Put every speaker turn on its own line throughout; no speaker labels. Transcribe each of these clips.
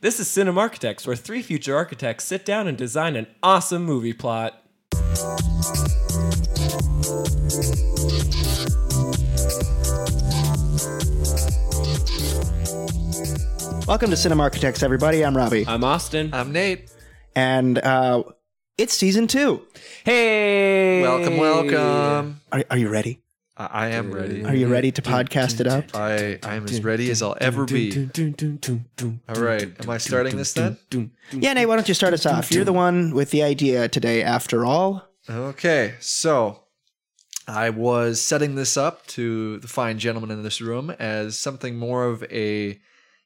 This is Cinema Architects, where three future architects sit down and design an awesome movie plot.
Welcome to Cinema Architects, everybody. I'm Robbie,
I'm Austin.
I'm Nate.
and uh, it's season two.
hey!
Welcome, welcome.
Are, are you ready?
I, I am ready.
Are you ready to podcast it up?
I, I am as ready as I'll ever be. All right. Am I starting this then?
Yeah, Nate. Why don't you start us off? You're the one with the idea today, after all.
Okay. So I was setting this up to the fine gentlemen in this room as something more of a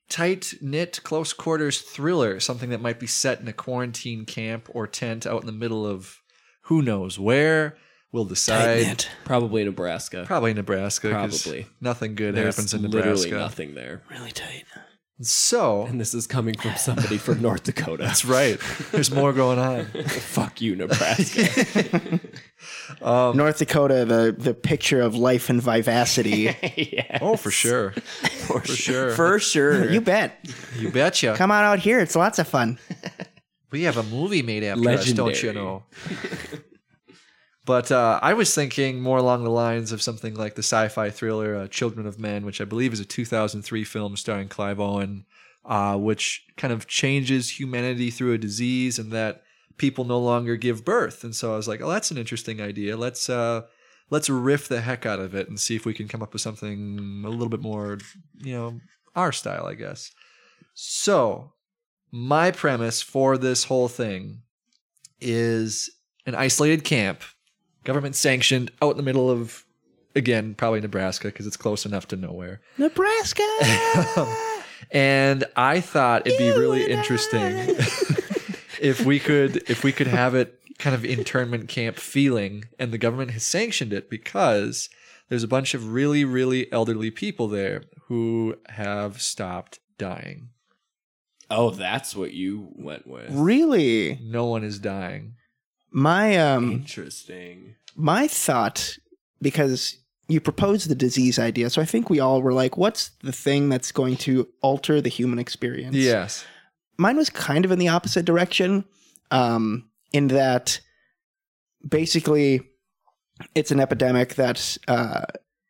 tight knit, close quarters thriller, something that might be set in a quarantine camp or tent out in the middle of who knows where. We'll decide.
Nate.
Probably Nebraska.
Probably Nebraska. 'cause
Probably.
Nothing good
There's
happens in Nebraska.
literally nothing there.
Really tight.
So
And this is coming from somebody from North Dakota.
that's right. There's more going on.
Fuck you, Nebraska.
North Dakota, the the picture of life and vivacity.
Oh, for sure. for sure.
For sure.
you bet.
you betcha.
Come on out here. It's lots of fun.
we have a movie made after us, don't you
Legendary.
know? but uh, I was thinking more along the lines of something like the sci fi thriller uh, Children of Men, which I believe is a 2003 film starring Clive Owen, uh, which kind of changes humanity through a disease and that people no longer give birth. And so I was like, oh, that's an interesting idea. Let's. Uh, Let's riff the heck out of it and see if we can come up with something a little bit more, you know, our style, I guess. So, my premise for this whole thing is an isolated camp, government sanctioned, out in the middle of, again, probably Nebraska because it's close enough to nowhere.
Nebraska.
and I thought it'd be really interesting if we could if we could have it kind of internment camp feeling, and the government has sanctioned it because there's a bunch of really really elderly people there who have stopped dying.
oh, that's what you went with.
really?
No one is dying.
My um.
Interesting.
my thought because you proposed the disease idea so i think we all were like what's the thing that's going to alter the human experience
Yes.
mine was kind of in the opposite direction um, in that basically it's an epidemic that uh,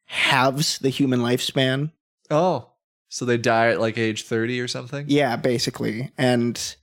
halves the human lifespan
Oh, so they die at like age 30 or something?
yeah basically and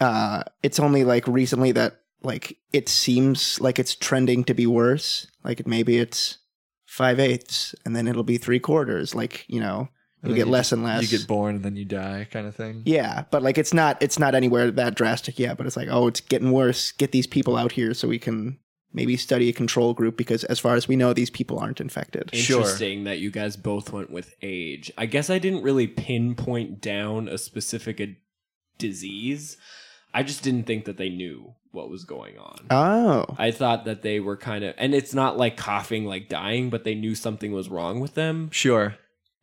uh, it's only like recently that like it seems like it's trending to be worse like maybe it's five eighths and then it'll be three quarters like you know you'll
And then
get
you
less and less
You get born and then you die, kind of thing.
yeah but like it's not it's not anywhere that drastic yet but it's like oh it's getting worse get these people out here so we can maybe study a control group because as far as we know these people aren't infected
Sure.
Interesting that you guys both went with age. I guess I didn't really pinpoint down a specific ad- disease. I just didn't think that they knew what was going on.
oh
I thought that they were kind of, and it's not like coughing, like dying, but they knew something was wrong with them
Sure.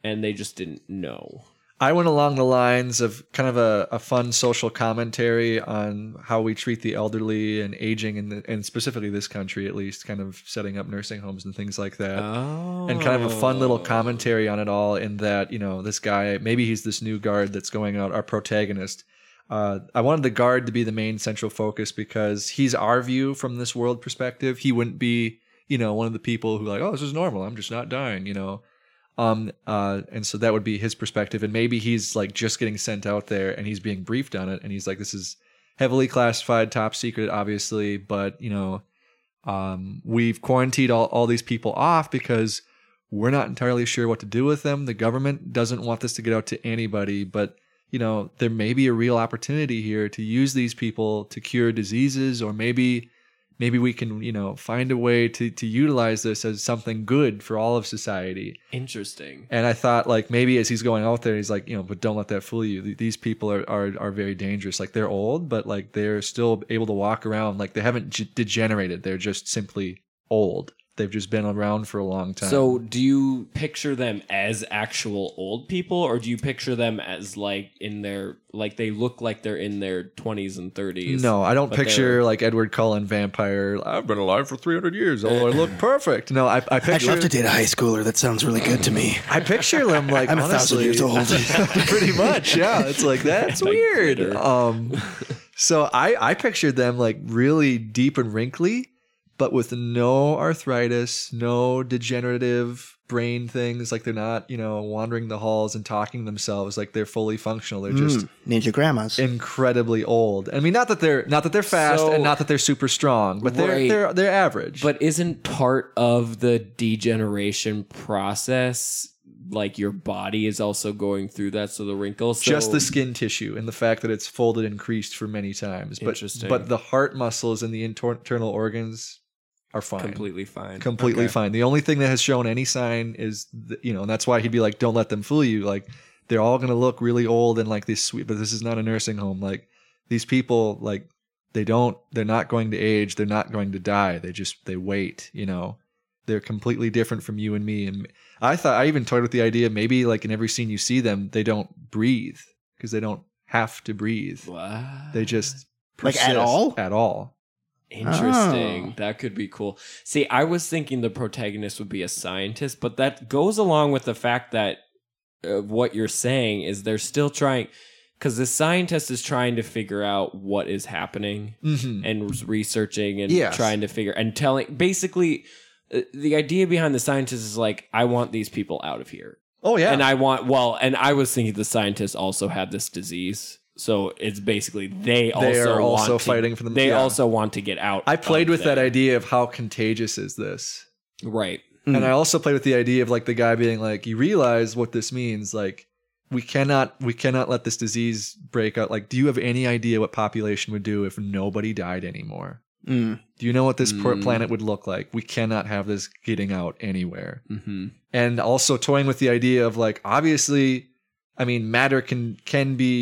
and they just didn't know.
I went along the lines of kind of a, a fun social commentary on how we treat the elderly and aging, in the, and specifically this country, at least, kind of setting up nursing homes and things like that.
Oh.
and kind of a fun little commentary on it all in that you know this guy maybe he's this new guard that's going out our protagonist uh, i wanted the guard to be the main central focus because he's our view from this world perspective he wouldn't be you know one of the people who like oh this is normal i'm just not dying you know um uh and so that would be his perspective and maybe he's like just getting sent out there and he's being briefed on it and he's like this is heavily classified top secret obviously but you know um we've quarantined all, all these people off because we're not entirely sure what to do with them. The government doesn't want this to get out to anybody, but you know, there may be a real opportunity here to use these people to cure diseases or maybe maybe we can, you know, find a way to to utilize this as something good for all of society.
Interesting.
And I thought like maybe as he's going out there he's like, you know, but don't let that fool you. Th- These people are are are very dangerous. Like they're old, but like they're still able to walk around. Like they haven't g- degenerated. They're just simply old. They've just been around for a long time.
So, do you picture them as actual old people, or do you picture them as like in their like they look like they're in their twenties and thirties?
No, I don't
But
picture
they're-
like Edward Cullen vampire. I've been alive for 300 years. Oh, I look perfect. No, I, I
I'd
picture
love to date a high schooler. That sounds really good to me.
I picture them like
I'm
honestly,
a thousand years old.
pretty much. Yeah, it's like that's
Like
weird.
glitter.
Um, so I I pictured them like really deep and wrinkly, but with no arthritis, no degenerative brain things. Like they're not you know wandering the halls and talking themselves. Like they're fully functional. They're just
Mm, Ninja grandmas.
incredibly old. I mean, not that they're not that they're fast
So-
and not that they're super strong, but they're
Right.
they're they're average.
But isn't part of the degeneration process like your body is also going through that? So the wrinkles, so
just the skin tissue and the fact that it's folded and creased for many times. But
Interesting.
but the heart muscles and the inter- internal organs are fine.
completely fine.
Completely
Okay.
fine. The only thing that has shown any sign is, th- you know, and that's why he'd be like, "Don't let them fool you." Like, they're all gonna look really old and like this sweet. But this is not a nursing home. Like, these people, like, they don't. They're not going to age. They're not going to die. They just they wait. You know, they're completely different from you and me. And I thought I even toyed with the idea maybe like in every scene you see them, they don't breathe because they don't have to breathe.
What?
They just
Like, at
persist
all?
at all.
Interesting.
Oh.
That could be cool. See, I was thinking the protagonist would be a scientist, but that goes along with the fact that uh, what you're saying is they're still trying because the scientist is trying to figure out what is happening
Mm-hmm.
and was researching and
Yes.
trying to figure and telling basically uh, the idea behind the scientist is like I want these people out of here.
Oh yeah.
And I want well and I was thinking the scientist also had this disease. So it's basically they, also
they are
want
also
to-
fighting for them.
they
yeah.
also want to get out.
I played
of
with that
there.
idea of how contagious is this,
Right.
Mm.
and I also played with the idea of like the guy being like, "You realize what this means? Like, we cannot, we cannot let this disease break out. Like, do you have any idea what population would do if nobody died anymore?
Mm.
Do you know what this poor
Mm.
planet would look like? We cannot have this getting out anywhere."
Mm-hmm.
and also toying with the idea of like obviously i mean matter can can be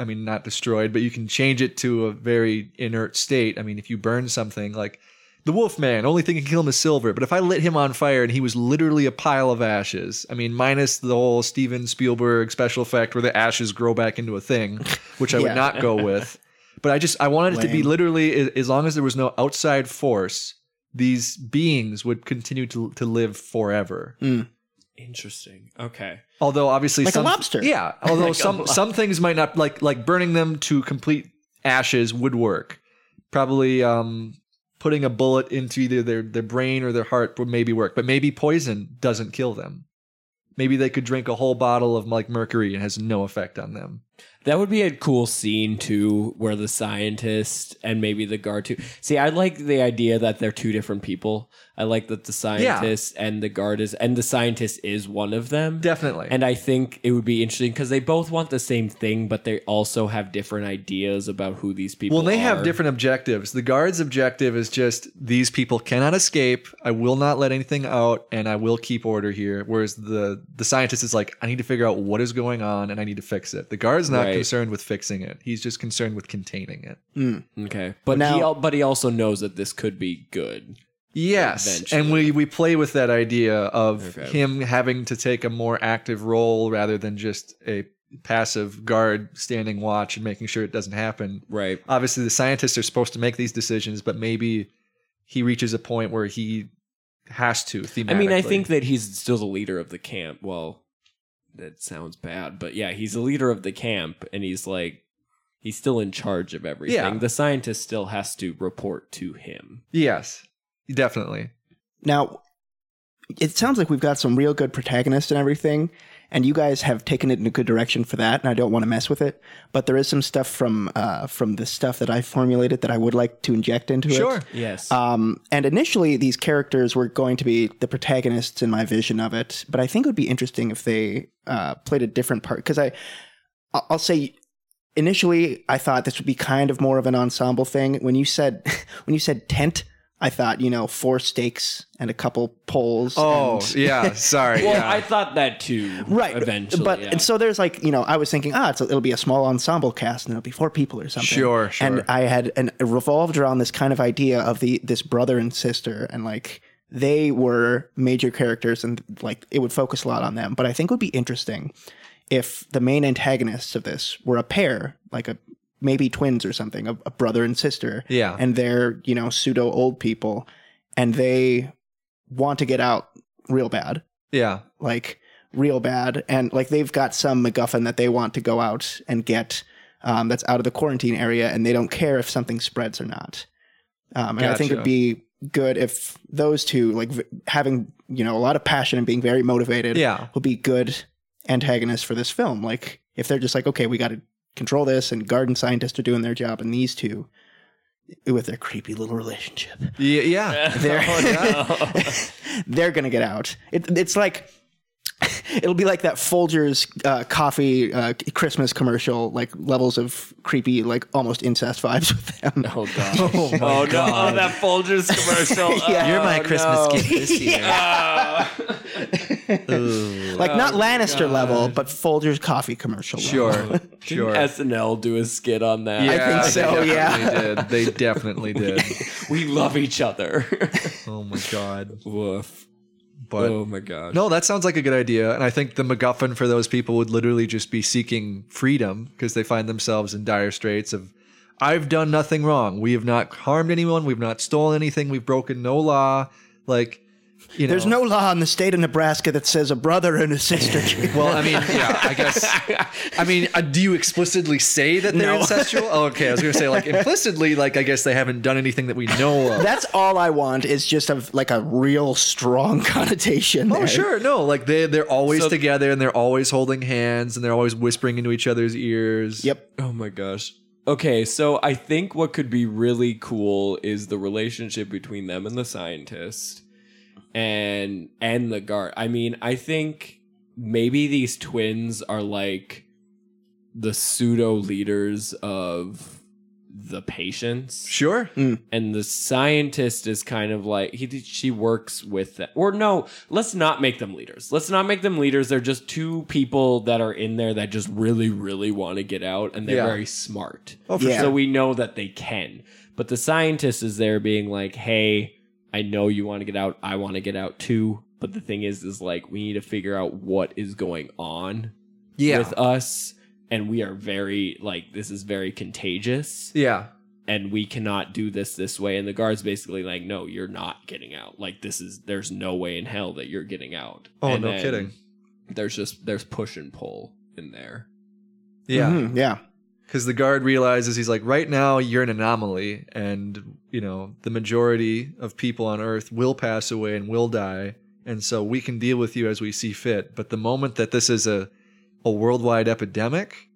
i mean not destroyed but you can change it to a very inert state i mean if you burn something like the wolfman only thing that can kill him is silver but if i lit him on fire and he was literally a pile of ashes i mean minus the whole steven spielberg special effect where the ashes grow back into a thing which i
Yeah.
would not go with but i just i wanted it to be
Lame.
literally a- as long as there was no outside force these beings would continue to, to live forever
Interesting. Okay.
Although obviously
Like a
some,
lobster.
Yeah. Although
Like a
some
lob-
some things might not like like burning them to complete ashes would work. Probably um putting a bullet into either their, their brain or their heart would maybe work. But maybe poison doesn't kill them. Maybe they could drink a whole bottle of like mercury and has no effect on them.
That would be a cool scene too, where the scientist and maybe the guard too. See, I like the idea that they're two different people. I like that the scientist and the guard is, and the scientist is one of them.
Definitely.
And I think it would be interesting because they both want the same thing, but they also have different ideas about who these people.
Well, they
are.
have different objectives. The guard's objective is just these people cannot escape. I will not let anything out, and I will keep order here. Whereas the the scientist is like, I need to figure out what is going on, and I need to fix it. The guard's not
Right.
concerned with fixing it. He's just concerned with containing it.
Mm.
Okay, but
Now-
he al- but he also knows that this could be good.
Yes,
Eventually.
and we we play with that idea of
Okay.
him having to take a more active role rather than just a passive guard standing watch and making sure it doesn't happen.
Right.
obviously the scientists are supposed to make these decisions, but maybe he reaches a point where he has to. Thematically.
I mean, I think that he's still the leader of the camp. Well, that sounds bad, but yeah, he's the leader of the camp, and he's like, he's still in charge of everything.
Yeah.
The scientist still has to report to him.
yes, definitely.
Now, it sounds like we've got some real good protagonists and everything, and you guys have taken it in a good direction for that, and I don't want to mess with it. But there is some stuff from uh, from the stuff that I formulated that I would like to inject into it.
Sure.
Yes.
Um, and initially, these characters were going to be the protagonists in my vision of it, but I think it would be interesting if they uh, played a different part. Because I, I- I'll say, initially, I thought this would be kind of more of an ensemble thing. When you said, when you said tent, I thought you know four stakes and a couple poles.
Oh
and-
yeah. Sorry.
well,
yeah.
I thought that too.
Right,
Eventually,
but
yeah.
and so there's like you know I was thinking ah it's a, it'll be a small ensemble cast and it'll be four people or something
sure. Sure.
and I had and it revolved around this kind of idea of the this brother and sister and like they were major characters and like it would focus a lot on them. But I think it would be interesting if the main antagonists of this were a pair, like a maybe twins or something, a, a brother and sister,
Yeah.
and they're, you know, pseudo old people and they want to get out real bad
yeah.
like real bad and like they've got some MacGuffin that they want to go out and get um, that's out of the quarantine area and they don't care if something spreads or not. Um, and I think
Gotcha.
it'd be good if those two, like v- having you know a lot of passion and being very motivated,
Yeah.
would be good antagonists for this film. Like if they're just like, okay, we got to control this, and garden scientists are doing their job, and these two with their creepy little relationship
Yeah. yeah.
they're
Oh, no.
they're gonna get out. It, it's like it'll be like that Folgers uh, coffee uh, Christmas commercial, like levels of creepy, like almost incest vibes with them.
Oh god.
Oh, my
Oh no!
God.
Oh, that Folgers commercial.
Yeah.
Oh,
You're
no.
this
Oh.
Ooh.
like not
Oh,
Lannister
God.
level, but Folgers coffee commercial. level.
sure.
Didn't
Sure.
SNL do a skit on that?
think so,
They
yeah.
definitely did. They definitely did.
We love each other.
Oh my god.
Woof.
But
oh my gosh.
No, that sounds like a good idea. And I think the MacGuffin for those people would literally just be seeking freedom because they find themselves in dire straits of, I've done nothing wrong. We have not harmed anyone. We've not stolen anything. We've broken no law. Like, you know.
There's no law in the state of Nebraska that says a brother and a sister. can-
Well, I mean, yeah, I guess. I mean, uh, do you explicitly say that they're
No.
ancestral? Oh, okay, I was going to say, like, implicitly, like, I guess they haven't done anything that we know of.
That's all I want is just a like a real strong connotation.
Oh
there.
sure, no, like they they're always
So-
together and they're always holding hands and they're always whispering into each other's ears.
Yep.
Oh my gosh. Okay, so I think what could be really cool is the relationship between them and the scientist and and the guard. I mean, I think maybe these twins are like the pseudo leaders of the patients
Sure.
and the scientist is kind of like he she works with them. Or no, let's not make them leaders. Let's not make them leaders. They're just two people that are in there that just really really want to get out and they're
Yeah.
very smart.
Oh, for
Yeah.
So we know that they can. But the scientist is there being like, "Hey, I know you want to get out. I want to get out too." But the thing is is like we need to figure out what is going on
Yeah.
with us and we are very like this is very contagious
yeah.
and we cannot do this this way and the guards basically like no you're not getting out like this is there's no way in hell that you're getting out
Oh,
And
no
then
kidding.
there's just there's push and pull in there
Yeah.
Mhm, yeah.
Because the guard realizes he's like, right now you're an anomaly, and you know the majority of people on Earth will pass away and will die, and so we can deal with you as we see fit. But the moment that this is a a worldwide epidemic,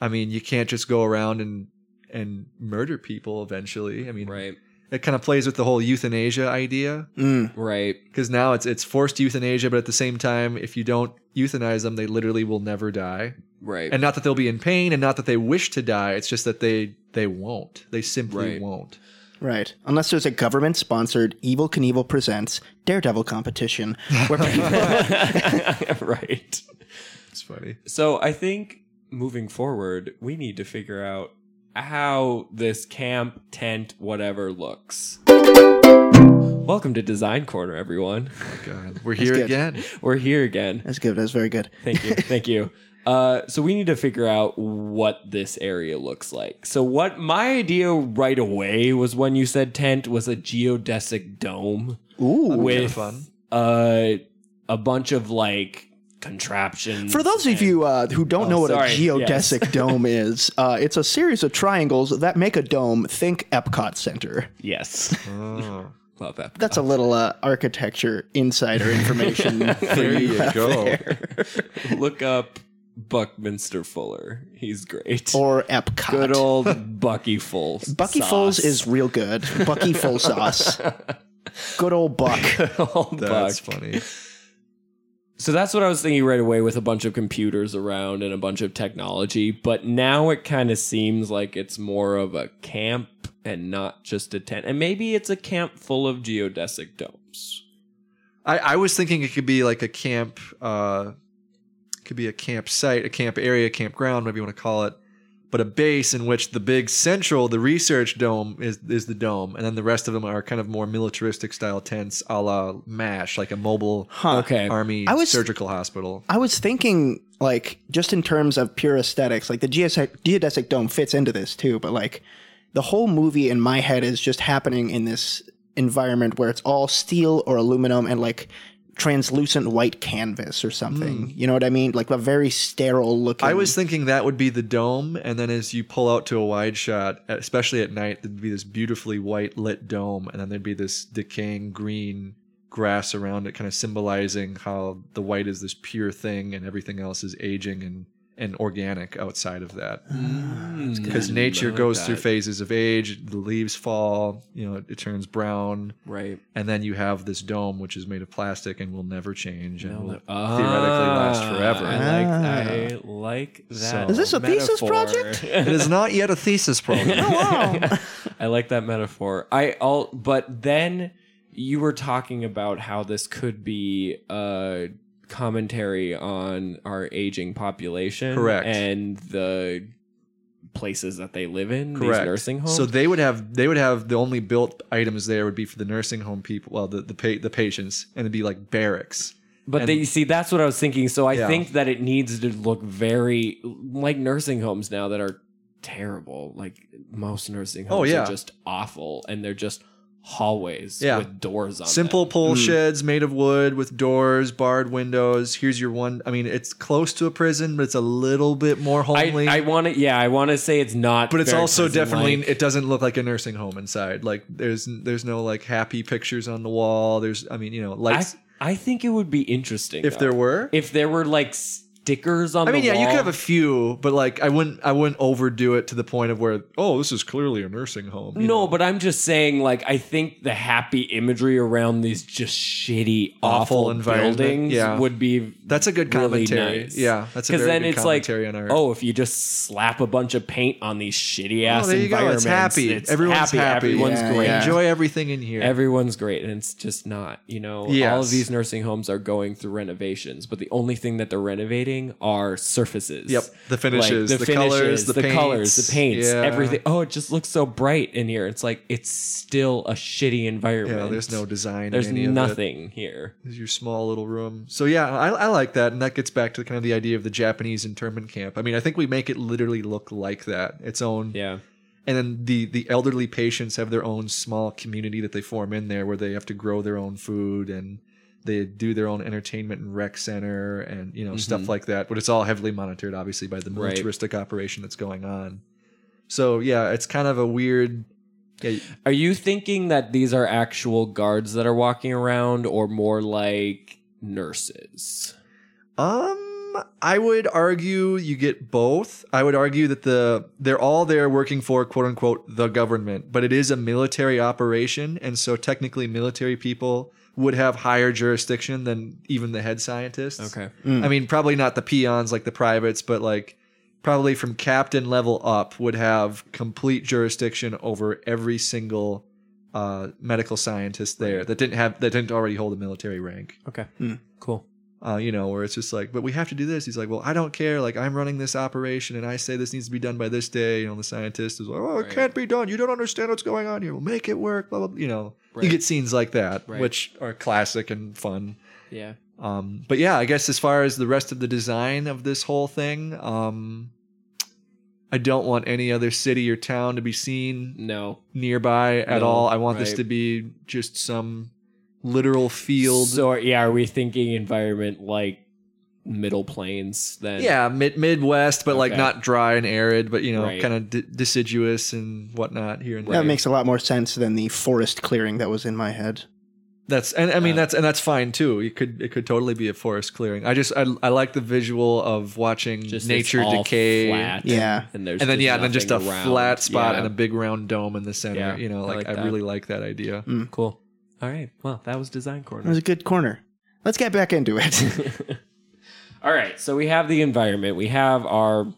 I mean, you can't just go around and and murder people. Eventually, I mean,
right
it kind of plays with the whole euthanasia idea.
Mm.
right
because now it's it's forced euthanasia, but at the same time, if you don't euthanize them, they literally will never die.
right
And not that they'll be in pain, and not that they wish to die. It's just that they they won't. They simply
Right.
won't.
Right. Unless there's a government sponsored Evil Knievel Presents Daredevil competition where people
right
It's funny.
so i think moving forward we need to figure out how this camp tent whatever looks welcome to design corner everyone
God, we're here
good.
again.
we're here again
That's good. That's very good.
Thank you. Thank you. Uh, so we need to figure out what this area looks like. So what my idea right away was when you said tent was a geodesic dome
Ooh.
with
fun.
Uh, a bunch of like contraptions.
For those of you uh, who don't know what
Oh, sorry.
a geodesic dome is, uh, it's a series of triangles that make a dome. Think Epcot Center.
yes,
Oh,
love that.
That's a little uh, architecture insider information. for
there
you.
you go.
Look up Buckminster Fuller. He's great.
Or Epcot.
Good old Bucky Foles.
Oh, Bucky
sauce.
Foles is real good. Bucky Foles sauce. Good old Buck.
good old
That's
Buck.
funny.
So that's what I was thinking right away with a bunch of computers around and a bunch of technology. But now it kind of seems like it's more of a camp and not just a tent. And maybe it's a camp full of geodesic domes.
I, I was thinking it could be like a camp, uh, could be a campsite, a camp area, campground, whatever you want to call it. but a base in which the big central, the research dome, is is the dome, and then the rest of them are kind of more militaristic style tents, a la Mash, like a mobile
Huh.
Okay.
army
I was-
surgical hospital.
I was thinking, like, just in terms of pure aesthetics, like the geodesic, geodesic dome fits into this too, but like the whole movie in my head is just happening in this environment where it's all steel or aluminum and like translucent white canvas or something. You know what I mean? Like a very sterile looking.
Hmm. I was thinking that would be the dome, and then as you pull out to a wide shot, especially at night, there'd be this beautifully white lit dome, and then there'd be this decaying green grass around it, kind of symbolizing how the white is this pure thing, and everything else is aging and and organic outside of that.
Hmm.
Because nature goes through phases of age, the leaves fall, you know, it, it turns brown,
Right.
and then you have this dome which is made of plastic and will never change and
No,
will
no.
theoretically last
Ah,
forever. Ah.
I like, I like that.
So- Is
this a thesis
metaphor.
project?
It is not yet a thesis problem.
I like that metaphor. I all but then you were talking about how this could be a commentary on our aging population,
Correct.
and the places that they live in, these nursing homes.
So they would have they would have the only built items there would be for the nursing home people, well the the, pa- the patients, and it'd be like barracks.
But
And-
they, you see, that's what I was thinking. So I
Yeah.
think that it needs to look very like nursing homes now that are terrible. Like most nursing homes
Oh, yeah.
are just awful, and they're just hallways
Yeah.
with doors on.
Simple
them.
pole sheds made of wood with doors, barred windows. Here's your one. I mean, it's close to a prison, but it's a little bit more
I,
homely.
I want to. Yeah, I want to say it's not,
but it's
very
also
prison-like.
definitely it doesn't look like a nursing home inside. Like there's there's no like happy pictures on the wall. There's I mean you know
I,
lights
I think it would be interesting
if
though.
there were.
if there were like stickers on.
I mean,
the
yeah, you
wall.
could have a few, but like I wouldn't, I wouldn't overdo it to the point of where, oh, this is clearly a nursing home. you
No,
know?
but I'm just saying, like, I think the happy imagery around these just shitty,
Awful
awful,
environment,
buildings
yeah.
would be
that's a good
really
commentary.
nice.
Yeah, that's a
because
very
then
good
it's like,
commentary on our.
oh, if you just slap a bunch of paint on these shitty ass
Oh, there you go.
environments,
It's happy.
it's
Everyone's happy.
Everyone's
Yeah,
great.
yeah.
enjoy everything in here.
Everyone's great, and it's just not. You know, all
Yes.
of these nursing homes are going through renovations, but the only thing that they're renovating are surfaces.
Yep. The finishes, the colors, the paints.
colors, the paints,
Yeah.
everything. Oh, it just looks so bright in here. It's like it's still a shitty environment.
yeah, there's no design.
There's
in any Of it.
nothing here.
There's your small little room. So yeah, I, I like that, and that gets back to kind of the idea of the Japanese internment camp. I mean, I think we make it literally look like that. Its own
Yeah.
and then the the elderly patients have their own small community that they form in there where they have to grow their own food and they do their own entertainment and rec center and you know stuff like that but it's all heavily monitored obviously by the
Right.
militaristic operation that's going on so yeah it's kind of a weird yeah,
Are you thinking that these are actual guards that are walking around, or more like nurses?
um i would argue you get both i would argue that the they're all there working for quote unquote the government but it is a military operation and so technically military people would have higher jurisdiction than even the head scientists
Okay.
I mean, probably not the peons like the privates, but like probably from captain level up would have complete jurisdiction over every single uh, medical scientist there that didn't have that didn't already hold a military rank.
Okay.
Hmm.
Cool.
Uh, you know, where it's just like, but we have to do this. He's like, well, I don't care. Like, I'm running this operation, and I say this needs to be done by this day. You know, the scientist is like, oh, it
Right.
can't be done. You don't understand what's going on here. We'll make it work. Blah blah. blah. You know,
Right.
you get scenes like that,
Right.
which are classic and fun.
Yeah.
Um, but yeah, I guess as far as the rest of the design of this whole thing, um, I don't want any other city or town to be seen
No.
nearby at
No,
all. I want this
right.
to be just some literal field.
So yeah, are we thinking environment like middle plains then?
yeah, mid Midwest, but like
Okay.
not dry and arid, but you know,
Right.
kind of d- deciduous and whatnot here and there.
that makes a lot more sense than the forest clearing that was in my head.
That's and I mean
Yeah.
that's and that's fine too. It could it could totally be a forest clearing. I just I, I like the visual of watching
Just
nature
it's all
decay.
Flat
Yeah.
And, there's
and then yeah, and then just a
nothing around.
flat spot
Yeah.
and a big round dome in the center.
Yeah,
you know,
I
like
like
I,
that.
really like that idea.
cool. All right. Well, that was design
It was
corner.
a good corner. Let's get back into it.
All right. So we have the environment. We have our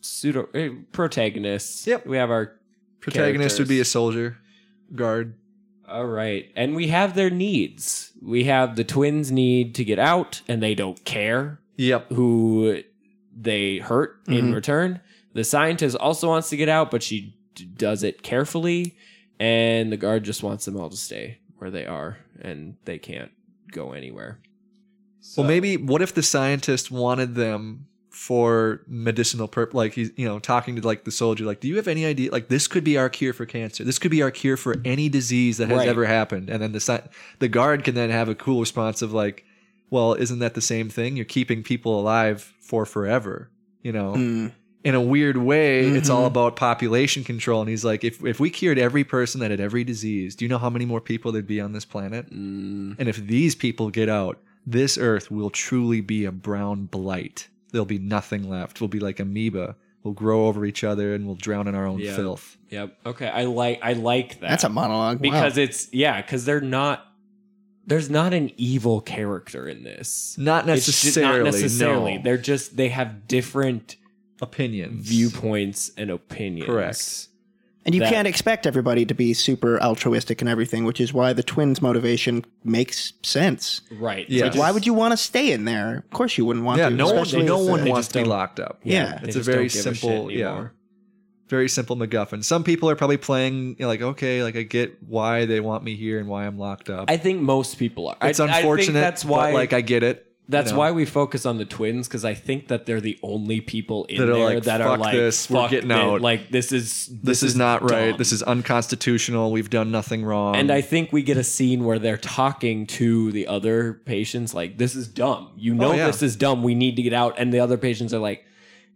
pseudo eh, protagonists.
Yep.
We have our
Protagonist would be a soldier, guard.
All right. And we have their needs. We have the twins need to get out and they don't care
Yep.
Mm-hmm.
who they hurt in return. The scientist also wants to get out, but she d- does it carefully, and the guard just wants them all to stay where they are, and they can't go anywhere. So-
Well, maybe what if the scientist wanted them for medicinal purpose? Like he's, you know, talking to like the soldier, like, do you have any idea? Like this could be our cure for cancer. This could be our cure for any disease that has
Right.
ever happened. And then the sci- the guard can then have a cool response of like, well, isn't that the same thing? You're keeping people alive for forever. You know,
Hmm.
Mm.
in a weird way, it's
Mhm.
all
Mm-hmm.
about population control. And he's like, if if we cured every person that had every disease, do you know how many more people there'd be on this planet?
Mm,
And if these people get out, this earth will truly be a brown blight. There'll be nothing left. We'll be like amoeba. We'll grow over each other and we'll drown in our own
Yeah.
filth.
yep. Okay. I like. I like that.
That's a monologue.
because
wow.
it's yeah. Because they're not. There's not an evil character in this.
Not
It's just
necessarily.
not necessarily.
No.
They're just they have different
opinions.
viewpoints and opinions.
Correct.
and you
that-
can't expect everybody to be super altruistic and everything, which is why the twins' motivation makes sense.
Right.
Yeah.
Like, why would you want to stay in there? Of course, you wouldn't want
Yeah.
to.
No one.
especially
No
with
one
the-
wants
just
to be
don't-
locked up.
Yeah.
they
It's a
just
very
don't give shit
simple- yeah.
anymore.
Very simple MacGuffin. Some people are probably playing you know, like, okay, like I get why they want me here and why I'm locked up.
I think most people are.
it's
I, I
unfortunate.
think that's why.
but, like I get it.
that's
you know.
why we focus on the twins because I think that they're the only people in
That are
there
like,
that are
"Fuck
like,
this, we're
fuck
getting
thi-
out."
Like this is
this, is, not right.
dumb."
This is unconstitutional. We've done nothing wrong.
And I think we get a scene where they're talking to the other patients, like, this is dumb. You know,
Oh, yeah.
this is dumb. We need to get out. And the other patients are like,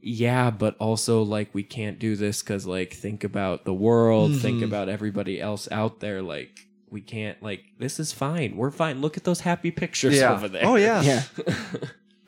yeah, but also, like, we can't do this because, like, think about the world, think
Mhm.
about everybody else out there. Like, we can't, like, this is fine. We're fine. Look at those happy pictures
yeah.
over there.
Oh yeah.
Yeah.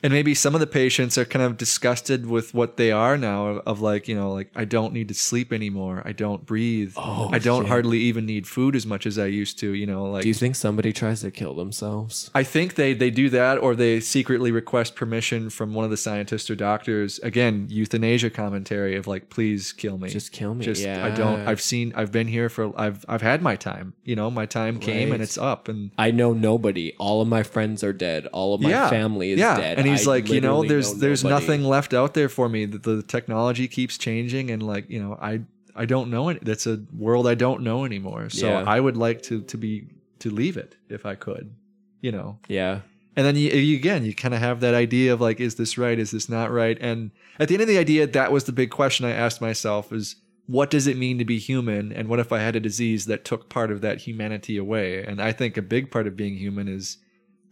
And maybe some of the patients are kind of disgusted with what they are now of, of like, you know, like I don't need to sleep anymore. I don't breathe.
Oh,
I don't
shit.
hardly even need food as much as I used to, you know, like
Do you think somebody tries to kill themselves?
I think they they do that or they secretly request permission from one of the scientists or doctors. Again, euthanasia commentary of like please kill me.
Just kill me.
Just
yeah.
I don't I've seen I've been here for I've I've had my time. You know, my time came
Right.
and it's up and
I know nobody. All of my friends are dead. All of my
Yeah.
family is dead.
And he's
I
like, you know,
literally
there's
know
there's
nobody.
nothing left out there for me. The, the technology keeps changing, and like, you know, I I don't know it. That's a world I don't know anymore. So
Yeah.
I would like to to be to leave it if I could, you know.
Yeah.
And then you, you again, you kind of have that idea of like, is this right? Is this not right? And at the end of the idea, that was the big question I asked myself: is what does it mean to be human? And what if I had a disease that took part of that humanity away? And I think a big part of being human is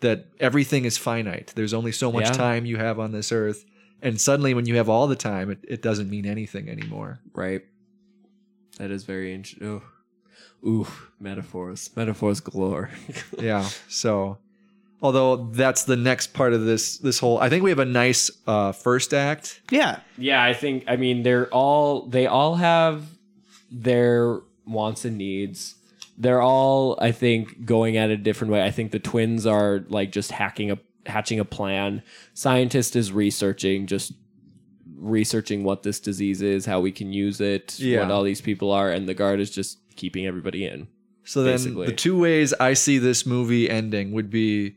that everything is finite. There's only so much
Yeah.
time you have on this earth. And suddenly, when you have all the time, it, it doesn't mean anything anymore.
Right. That is very interesting. Ooh. Ooh, metaphors. Metaphors galore.
yeah so although that's the next part of this this whole i think we have a nice uh first act
Yeah.
yeah, I think I mean they're all they all have their wants and needs. They're all I think going at it a different way. I think the twins are like just hacking a hatching a plan. Scientist is researching just researching what this disease is, how we can use it,
Yeah.
what all these people are and the guard is just keeping everybody in.
so then
Basically.
the two ways i see this movie ending would be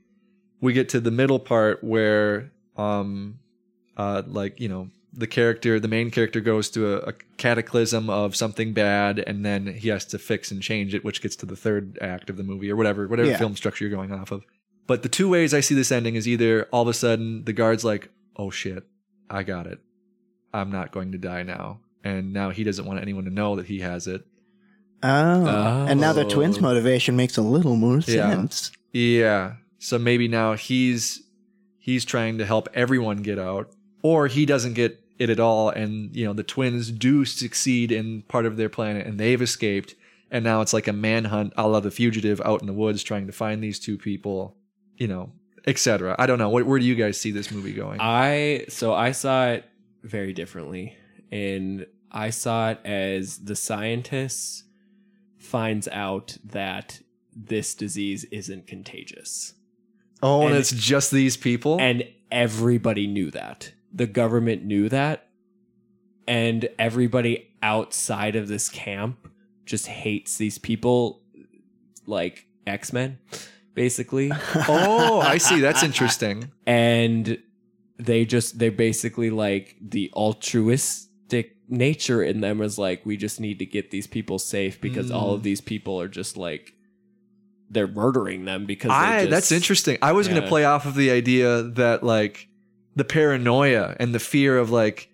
we get to the middle part where um uh like you know the character the main character goes to a, a cataclysm of something bad and then he has to fix and change it which gets to the third act of the movie or whatever whatever
Yeah.
film structure you're going off of but the two ways i see this ending is either all of a sudden the guard's like oh shit i got it i'm not going to die now and now he doesn't want anyone to know that he has it
Oh.
Oh.
And now the twins' motivation makes a little more
Yeah.
sense.
Yeah. So maybe now he's he's trying to help everyone get out, or he doesn't get it at all, and you know the twins do succeed in part of their planet, and they've escaped, and now it's like a manhunt, a la the fugitive, out in the woods trying to find these two people, you know, etc. I don't know. Where, where do you guys see this movie
Uh,
going?
I so I saw it very differently, and I saw it as the scientist finds out that this disease isn't contagious,
oh, and,
and-
it's just these people.
and everybody knew that. The government knew that, and everybody outside of this camp just hates these people, like X Men, basically.
oh, I see. That's interesting.
and they just they're basically like the altruistic nature in them is like we just need to get these people safe because all
Mm.
of these people are just like they're murdering them because they
I
just-
that's interesting. I was going
Yeah.
to play off of the idea that like the paranoia and the fear of like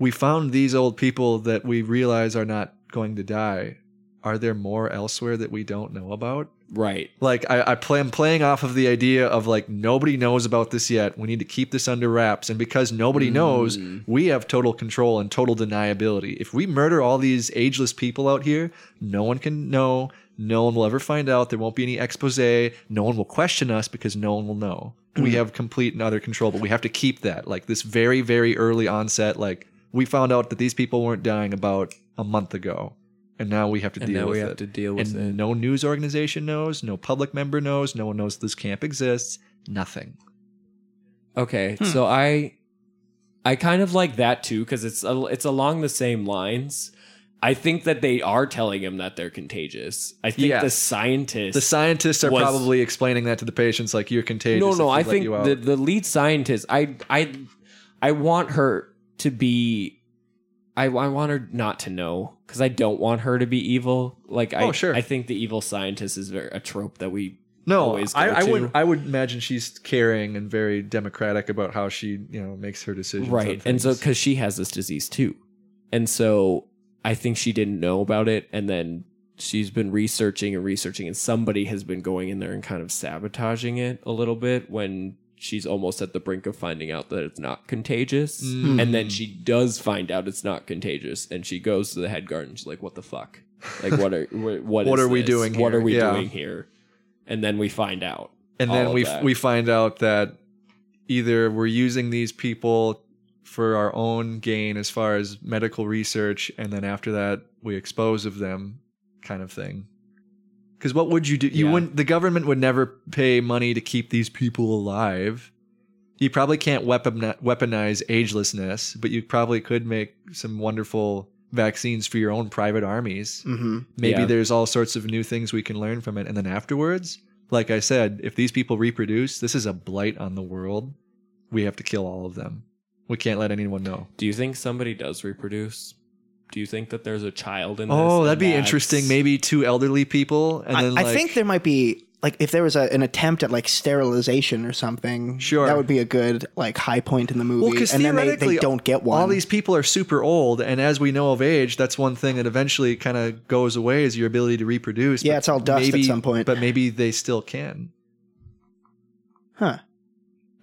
we found these old people that we realize are not going to die. Are there more elsewhere that we don't know about?
right
Like I, I play, I'm playing off of the idea of like nobody knows about this yet. We need to keep this under wraps, and because nobody knows,
Mm.
we have total control and total deniability. If we murder all these ageless people out here, no one can know. No one will ever find out. There won't be any expose. No one will question us because no one will know.
Mm.
We have complete and utter control, but we have to keep that. Like this very, very early onset, like we found out that these people weren't dying about a month ago. And now we have to
and
deal
now
with
we
it.
have to deal with
and
it
no news organization knows, no public member knows, no one knows this camp exists, nothing.
okay
Hmm.
so i i kind of like that too because it's a, it's along the same lines i think that they are telling him that they're contagious i think the
Yes.
scientists
The scientists are
Was-
probably explaining that to the patients, like you're contagious.
no
if we
no i
let
think
you out."
the, the lead scientist i i i want her to be i, I want her not to know because i don't want her to be evil like i
Oh, sure.
i think the evil scientist is very, a trope that we
no,
always go
I, I
to.
would I would imagine she's caring and very democratic about how she you know makes her decisions. on
right and so
things.
because she has this disease too and so i think she didn't know about it and then she's been researching and researching and somebody has been going in there and kind of sabotaging it a little bit when she's almost at the brink of finding out that it's not contagious
Mm.
and then she does find out it's not contagious and she goes to the head guard and she's like what the fuck like what are what, what,
What
is
are we
this?
doing
what
here?
are we
Yeah.
doing here and then we find out
and
all
then
of
we
that.
we find out that either we're using these people for our own gain as far as medical research and then after that we expose of them kind of thing because what would you do you
Yeah.
wouldn't the government would never pay money to keep these people alive you probably can't weapon, weaponize agelessness but you probably could make some wonderful vaccines for your own private armies
hmm
maybe
Yeah.
there's all sorts of new things we can learn from it and then afterwards like i said if these people reproduce this is a blight on the world we have to kill all of them we can't let anyone know
Do you think somebody does reproduce? Do you think that there's a child in this?
oh
and
that'd be
that's-
interesting maybe two elderly people and
I,
then like,
I think there might be like if there was a, an attempt at like sterilization or something.
Sure.
that would be a good like high point in the movie.
Well, 'cause
and then they, they
theoretically,
don't get one.
all these people are super old and as we know of age that's one thing that eventually kind of goes away is your ability to reproduce
Yeah,
but
it's all dust at
maybe-
some point.
but maybe they still can
huh?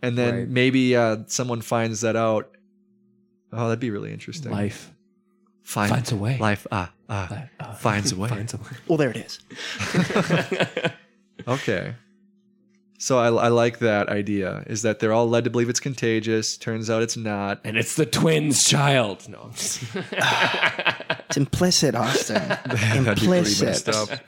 and then
Right.
maybe uh, someone finds that out oh that'd be really interesting
life
Find-
finds a way.
life ah ah
Life, uh,
finds a way.
Finds a
Well, there it is.
way.
Okay. So I, I like that idea. Is that they're all led to believe it's contagious? Turns out it's not.
and it's the twins' child. No, I'm just-
It's implicit, Austin. implicit.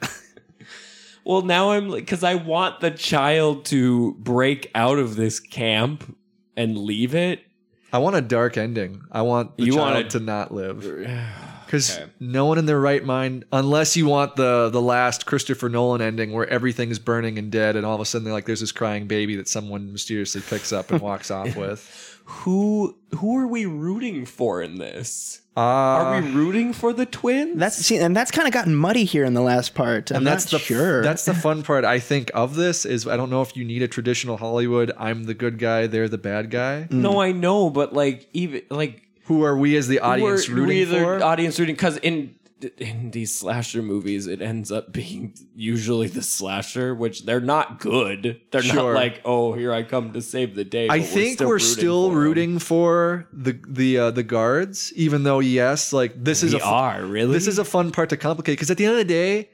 well, now I'm because I want the child to break out of this camp and leave it.
I want a dark ending. I want the
You
child
want a-
to not live
okay.
because
Okay.
no one in their right mind, unless you want the the last Christopher Nolan ending where everything's burning and dead, and all of a sudden they're like, there's this crying baby that someone mysteriously picks up and walks off with.
Who who are we rooting for in this?
Uh,
Are we rooting for the twins?
That's see, and that's kind of gotten muddy here in the last part. I'm
and that's
not
the
sure.
that's the fun part I think of this is I don't know if you need a traditional Hollywood I'm the good guy they're the bad guy
No, I know, but like even like
who are we as the audience
we're-
rooting
we're the
for
Audience rooting because in in these slasher movies, it ends up being usually the slasher, which they're not good. They're not
Sure.
like, oh, here I come to save the day.
I
but
think we're still
for 'em.
rooting for, the the uh, the guards even though yes like this is
We
a fu-
are really.
this is a fun part to complicate because at the end of the day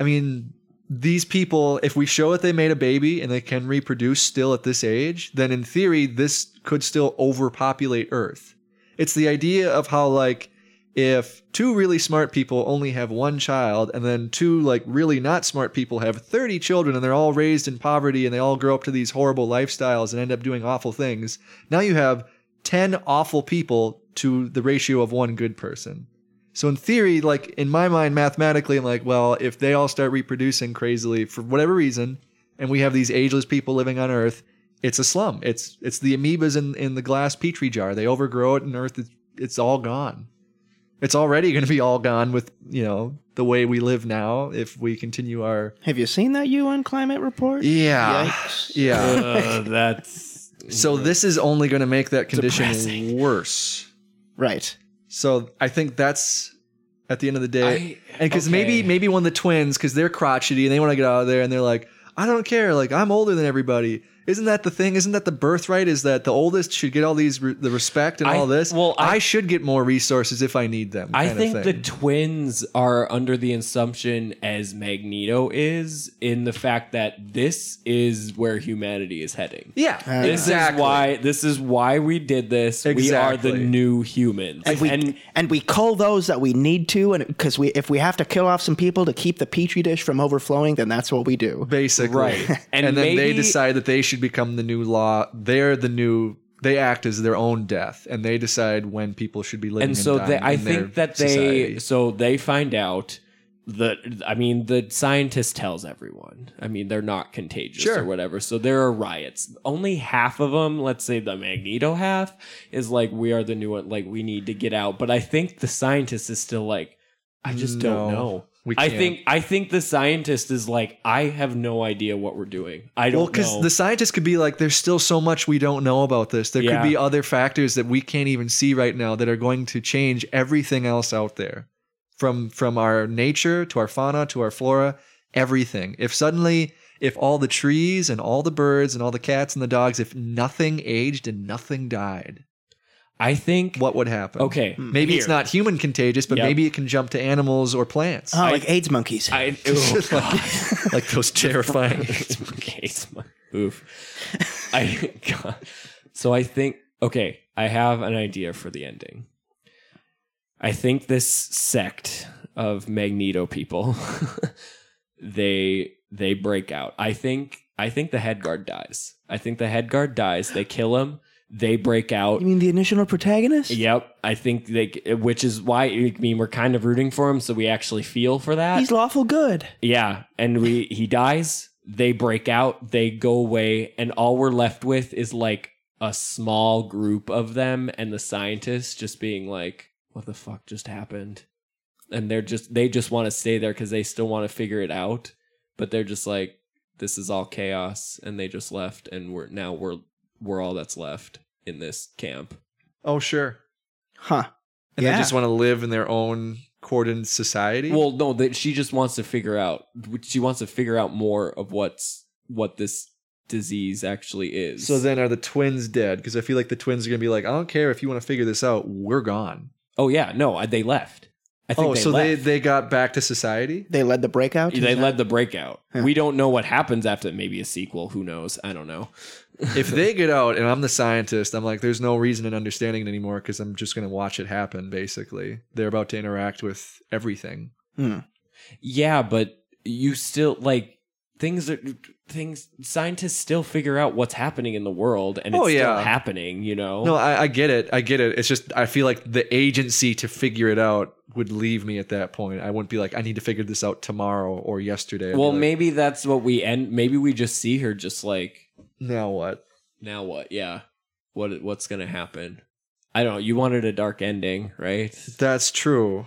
I mean these people if we show that they made a baby and they can reproduce still at this age then in theory this could still overpopulate earth It's the idea of how like if two really smart people only have one child and then two like really not smart people have 30 children and they're all raised in poverty and they all grow up to these horrible lifestyles and end up doing awful things. Now you have 10 awful people to the ratio of one good person. So in theory, like in my mind mathematically I'm like, well, if they all start reproducing crazily for whatever reason and we have these ageless people living on earth, it's a slum. It's it's the amoebas in in the glass petri jar. They overgrow it, and Earth is it's all gone. It's already going to be all gone with, you know, the way we live now if we continue our.
Have you seen that UN climate report?
Yeah.
Yikes.
Yeah.
Uh, that's
so this is only going to make that condition
Depressing.
worse.
Right.
So I think that's at the end of the day.
I-
And because
okay.
maybe maybe one of the twins, because they're crotchety and they want to get out of there, and they're like, I don't care, like I'm older than everybody. Isn't that the thing? Isn't that the birthright? Is that the oldest should get all these re- the respect and
I-
all this?
well, I-
I, should get more resources if I need them.
I
kind of
think the
thing.
twins are under the assumption as Magneto is in the fact that this is where humanity is heading.
yeah,
Uh,
This
exactly.
is why this is why we did this. We are the
Exactly.
new humans.
And we and, we cull those that we need to, and because we if we have to kill off some people to keep the petri dish from overflowing, then that's what we do.
basically,
Right.
And,
And
then they
maybe-
decide that they should become the new law. They're the new. They act as their own death, and they decide when people should be living.
and so they,
dying
I
in their
think that they
society.
so they find out that I mean the scientist tells everyone. I mean they're not contagious
Sure.
or whatever. So there are riots. Only half of them, let's say the Magneto half, is like we are the new one. Like we need to get out. But I think the scientist is still like I just
No,
don't know.
we
I
can't.
think I think the scientist is like I have no idea what we're doing. I don't
Well, because
know.
the scientists could be like, there's still so much we don't know about this. There
Yeah.
could be other factors that we can't even see right now that are going to change everything else out there, from from our nature to our fauna to our flora, everything. If suddenly, if all the trees and all the birds and all the cats and the dogs, if nothing aged and nothing died,
I think
what Hmm. would happen?
okay.
maybe it's
here.
not human contagious, but
Yep.
maybe it can jump to animals or plants.
Oh, like AIDS monkeys.
I, oh, God.
like, like those terrifying.
It's my- it's my- Oof. I God. so I think okay, I have an idea for the ending. I think this sect of Magneto people they they break out. I think I think the head guard dies. I think the head guard dies. They kill him. They break out.
you mean the initial protagonist?
Yep, I think they, which is why I mean we're kind of rooting for him, so we actually feel for that.
He's lawful good.
Yeah, and we he dies, they break out, they go away, and all we're left with is like a small group of them and the scientists just being like, "What the fuck just happened?" And they're just they just want to stay there cuz they still want to figure it out, but they're just like this is all chaos and they just left and we're now we're we're all that's left in this camp.
oh sure.
Huh.
and
Yeah.
they just want to live in their own cordon society.
Well, no, that she just wants to figure out she wants to figure out more of what's what this disease actually is.
so then are the twins dead? Because I feel like the twins are gonna be like, I don't care if you want to figure this out, we're gone.
Oh yeah, no, I- they left. I think
oh,
they
so they
left.
they got back to society.
They led the breakout.
they led the breakout.
Huh.
We don't know what happens after maybe a sequel. Who knows? I don't know.
if they get out, and I'm the scientist, I'm like, there's no reason in understanding it anymore because I'm just gonna watch it happen. Basically, they're about to interact with everything.
Hmm.
Yeah, but you still like things are things. Scientists still figure out what's happening in the world, and it's
Oh,
still
yeah.
happening. You know.
No, I, I get it. I get it. It's just I feel like the agency to figure it out would leave me at that point. I wouldn't be like, I need to figure this out tomorrow or yesterday. I'd be
well,
like,
maybe that's what we end. Maybe we just see her just like
now what?
now. What? Yeah. What? What's gonna happen? I don't know. You wanted a dark ending, right?
That's true.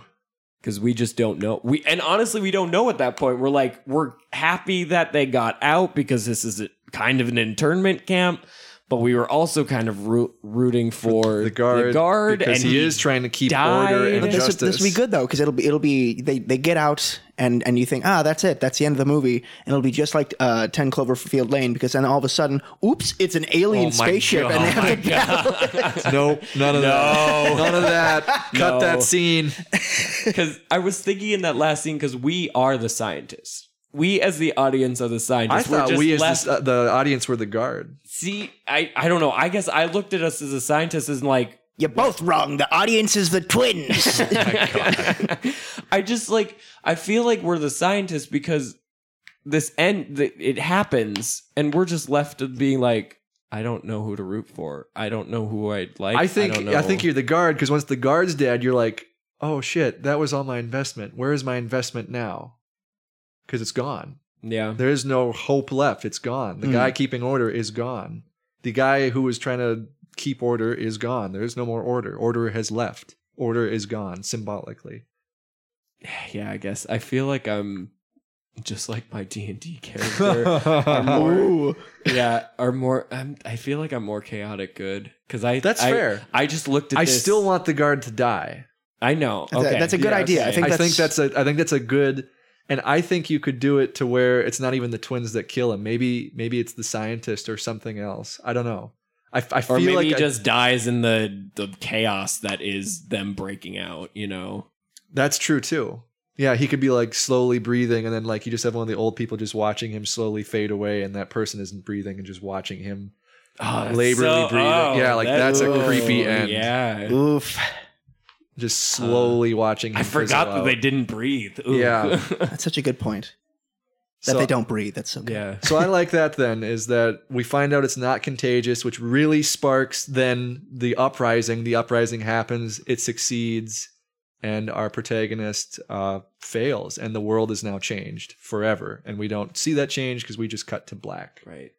because we just don't know. We and honestly, we don't know at that point. We're like, we're happy that they got out because this is a, kind of an internment camp, but we were also kind of roo- rooting for
the guard, because
and
he, is trying to keep
died.
order and
But
But this,
justice.
will, this will be good though, because it'll be it'll be they, they get out and and you think ah that's it that's the end of the movie and it'll be just like uh, Ten Cloverfield Lane because then all of a sudden oops it's an
Oh
alien
my
spaceship
God.
and they
Oh my
have to battle
God.
Nope, none of that. None of that. Cut
No.
that scene.
Because I was thinking in that last scene, because we are the scientists. We as the audience are the
I
scientists. We're
thought
just
we as
left-
this, uh, the audience were the guard.
see. I I don't know. I guess I looked at us as a scientist and like
You're both wrong. The audience is the twins.
I just like I feel like we're the scientists because this end the, it happens and we're just left of being like I don't know who to root for. I don't know who I'd like.
I think
don't
I,
know.
think you're the guard because once the guard's dead, you're like, oh shit, that was all my investment. Where is my investment now? Because it's gone.
yeah.
There is no hope left. It's gone. The
Mm.
Hmm.
guy keeping order is gone. The guy who was trying to keep order is gone. There is no more order. Order has left. order is gone symbolically.
Yeah, I guess I feel like I'm just like my D and D character. I'm more, yeah, or more. I'm, I feel like I'm more chaotic good because I.
That's
I-
fair.
I just looked at.
I
this-
still want the guard to die.
I know.
That's a-
okay,
that's a good
Yeah,
idea. I
I
think
think,
that's,
that's a I think that's a good and I think you could do it to where it's not even the twins that kill him. Maybe maybe it's the scientist or something else. I don't know. I, I feel
or maybe
like
he
I-
just dies in the the chaos that is them breaking out. You know.
that's true too. Yeah, he could be like slowly breathing and then like you just have one of the old people just watching him slowly fade away and that person isn't breathing and just watching him.
Oh, that's oh,
Laborly breathing. Yeah, like, that's
a creepy
ooh,
end.
Yeah.
oof.
Just slowly watching him.
Uh, I forgot
fizzle
that
out.
they didn't breathe. Ooh.
Yeah.
That's such a good point. That
So-
they don't breathe. That's so good.
yeah.
so I like that then is that we find out it's not contagious, which really sparks then the uprising. The uprising happens, it succeeds, and our protagonist uh, fails, and the world is now changed forever. And we don't see that change because we just cut to black.
Right.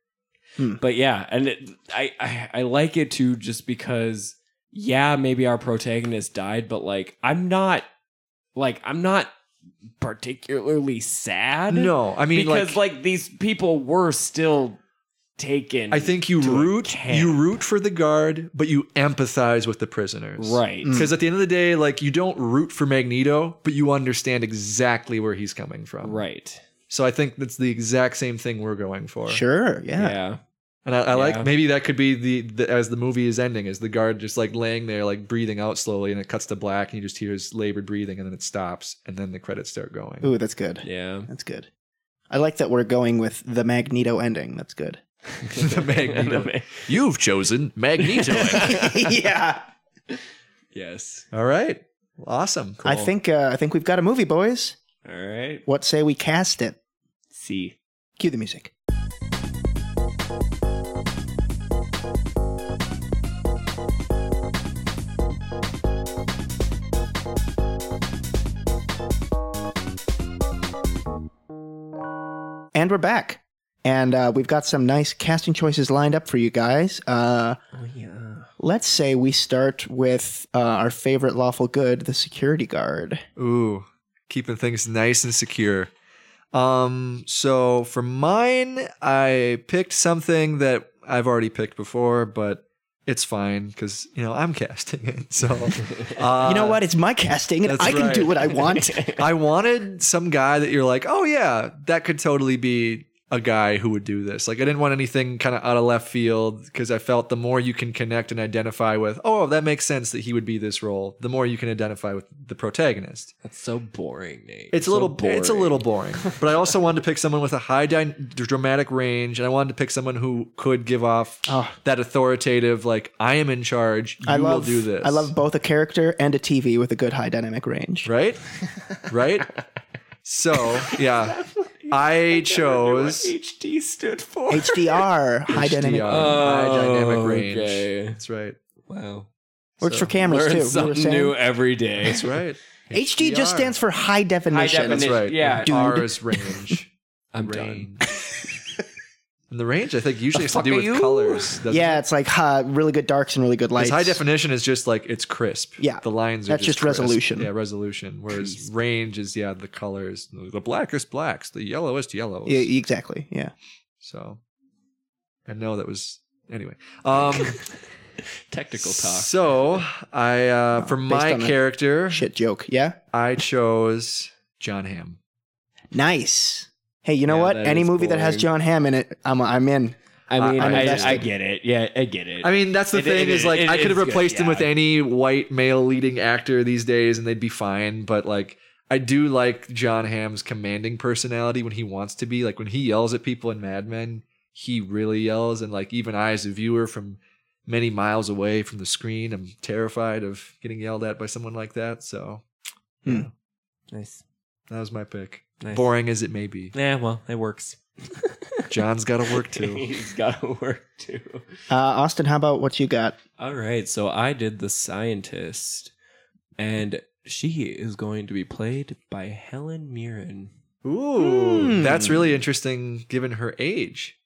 Hmm.
But yeah, and it, I, I I like it too, just because yeah, maybe our protagonist died, but like I'm not like I'm not particularly sad.
No, I mean
because
like,
like, these people were still taken.
I think you
to a
root
camp.
you root for the guard, but you empathize with the prisoners.
right.
Mm.
Because at the end of the day, like you don't root for Magneto, but you understand exactly where he's coming from.
Right.
So I think that's the exact same thing we're going for.
Sure. Yeah.
Yeah.
And I, I
Yeah.
like maybe that could be the, the as the movie is ending is the guard just like laying there like breathing out slowly and it cuts to black and you just hear his labored breathing and then it stops and then the credits start going.
Ooh, that's good.
Yeah.
That's good. I like that we're going with the Magneto ending. That's good.
The Magneto. You've chosen Magneto.
yeah.
yes.
All right, awesome.
I
Cool.
think uh, I think we've got a movie, boys.
All right.
What say we cast it?
See.
Cue the music. And we're back. And uh, we've got some nice casting choices lined up for you guys. Uh,
Oh yeah.
let's say we start with uh, our favorite lawful good, the security guard.
Ooh, keeping things nice and secure. Um, so for mine, I picked something that I've already picked before, but it's fine because you know I'm casting it. So uh,
you know what? It's my casting, and
that's
I can do
right.
what I want.
I wanted some guy that you're like, oh yeah, that could totally be a guy who would do this. Like I didn't want anything kind of out of left field because I felt the more you can connect and identify with, oh, that makes sense that he would be this role, the more you can identify with the protagonist.
That's so boring, Nate.
It's a
So
little it's a
boring.
little boring. but I also wanted to pick someone with a high dy- dramatic range and I wanted to pick someone who could give off
Oh.
that authoritative like I am in charge, you
I
will
love
do this.
I love both a character and a TV with a good high dynamic range.
right? right? So, yeah. I chose
HD stood for.
HDR, high dynamic.
HDR.
Oh,
high dynamic range.
okay.
That's right.
Wow.
Works for
So-
cameras
Learn
too. You were
something
saying?
new every day.
That's right.
HD just stands for high definition.
That's
definition.
right.
Yeah.
And R is range.
I'm done.
range. and the range, I think, usually has to
fuck
do
are
with
you?
colors. doesn't
Yeah,
it?
it's like uh, really good darks and really good lights.
Because high definition is just like it's crisp.
Yeah.
The lines are
That's just
crisp.
resolution.
Yeah, resolution. Whereas range is, yeah, the colors. The blackest blacks, the yellowest yellows.
Yeah, exactly. Yeah.
So, and no, that was. Anyway, um,
Technical talk.
so I uh, for
based
my
on a
character,
Shit joke. Yeah.
I chose John Hamm.
Nice. Hey, you know
Yeah,
what?
that
Any
is
movie that has
boring.
John Hamm in it, I'm I'm in.
I mean,
I'm
I, I,
invested.
get it. Yeah, I get it.
I mean, that's the
It-
thing
it-
is like
it-
I could have
it's good,
replaced him
yeah.
with any white male leading actor these days, and they'd be fine. But like, I do like John Hamm's commanding personality when he wants to be. Like when he yells at people in Mad Men, he really yells, and like even I, as a viewer from many miles away from the screen, I'm terrified of getting yelled at by someone like that. So
nice.
that was my pick.
nice.
Boring as it may be,
Yeah, well, it works.
John's got to work too.
He's got to work too.
Uh, Austin, how about what you got?
All right, so I did the scientist, and she is going to be played by Helen Mirren.
Ooh,
Hmm.
that's really interesting given her age.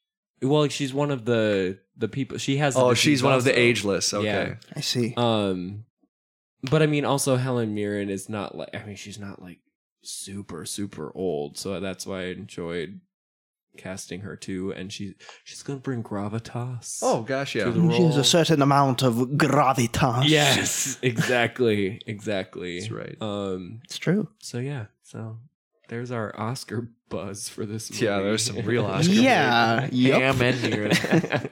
Well, she's one of the the people. She has. the
Oh,
disease
she's one of the
also.
ageless. Okay.
Yeah.
I see.
Um, But I mean, also Helen Mirren is not like I mean, she's not like super super old, so that's why I enjoyed casting her too. And she she's gonna bring gravitas.
Oh gosh,
To
yeah.
the
She has
role.
a certain amount of gravitas.
yes, exactly, exactly.
That's right.
Um.
It's true.
So yeah. So there's our Oscar buzz for this. Movie.
Yeah, there's some real Oscar
Yeah, buzz. yep.
Ham and urine.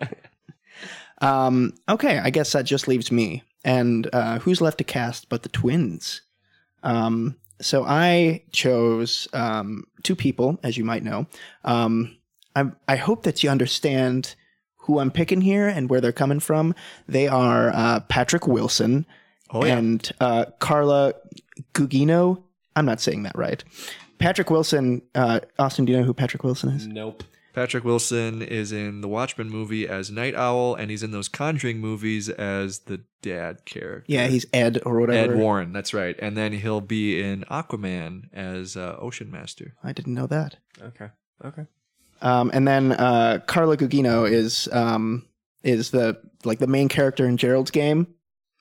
Um, okay, I guess that just leaves me. And uh, who's left to cast but the twins? Um, so I chose um, two people, as you might know. Um, I, I hope that you understand who I'm picking here and where they're coming from. They are uh, Patrick Wilson
Oh yeah.
and uh, Carla Gugino. I'm not saying that right. Patrick Wilson, uh, Austin, do you know who Patrick Wilson
Mm.
is?
nope.
Patrick Wilson is in the Watchmen movie as Night Owl, and he's in those Conjuring movies as the dad character.
Yeah, he's Ed or whatever.
Ed Warren, that's right. And then he'll be in Aquaman as uh, Ocean Master.
I didn't know that.
Okay. Okay.
Um, and then uh, Carla Gugino is um, is the like the main character in Gerald's Game.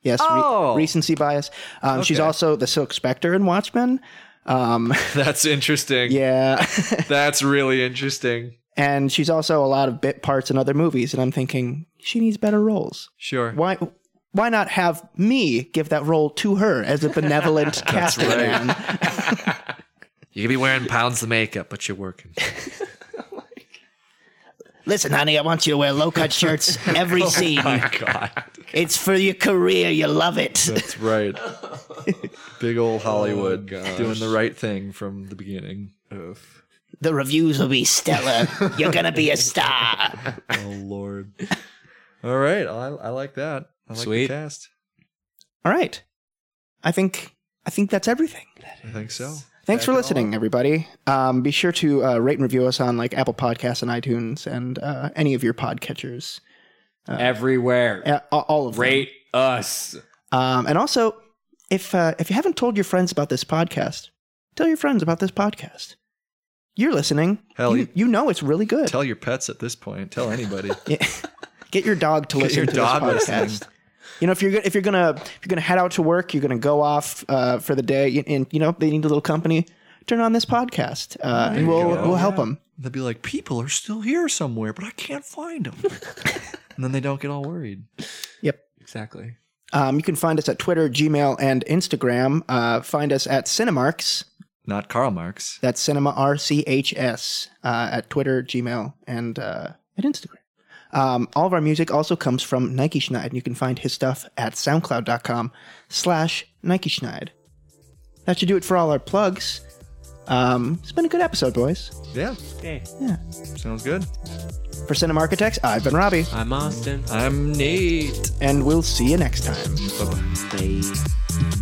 Yes, re-
Oh!
recency bias. Um, She's
Okay.
also the Silk Spectre in Watchmen. Um,
That's interesting.
yeah,
That's really interesting.
and she's also a lot of bit parts in other movies. And I'm thinking she needs better roles.
Sure.
Why? Why not have me give that role to her as a benevolent casting
right.
man?
You could be wearing pounds of makeup, but you're working.
Listen, honey, I want you to wear low cut shirts
Oh
every scene.
God.
It's for your career. You love it.
That's right. Big old Hollywood doing the right thing from the beginning.
Oof.
The reviews will be stellar. You're gonna be a star.
Oh Lord. All right. I, I like that. I like
Sweet.
the cast.
All right. I think I think that's everything.
I think so.
Thanks for
Back it all
listening, everybody. Um, be sure to uh, rate and review us on like Apple Podcasts and iTunes and uh, any of your podcatchers,
Everywhere.
uh, a- all of
Rate us.
them. Um, and also, if uh, if you haven't told your friends about this podcast, tell your friends about this podcast. You're listening.
Hell,
you,
you-
you know it's really good.
Tell your pets at this point. Tell anybody.
Yeah. Get your dog to
Get
listen
your
to
dog
this
listening.
podcast. You know, if you're go- if you're gonna if you're gonna head out to work, you're gonna go off uh, for the day, y- and you know they need a little company. Turn on this podcast, uh, and
you
we'll
go.
we'll help them.
They'll be like, people are still here somewhere, but I can't find them. and then they don't get all worried.
Yep.
Exactly.
Um, you can find us at Twitter, Gmail, and Instagram. Uh, find us at Cinemarks.
Not Karl Marx.
That's Cinema R C H S uh, at Twitter, Gmail, and uh, at Instagram. Um, all of our music also comes from Nike Schneid, and you can find his stuff at soundcloud.com slash Nike Schneid. That should do it for all our plugs. Um, it's been a good episode, boys.
Yeah.
Hey,
Yeah.
Sounds good.
For Cinema Architects, I've been Robbie,
I'm Austin.
I'm Nate.
and we'll see you next time.
Bye bye.
Bye.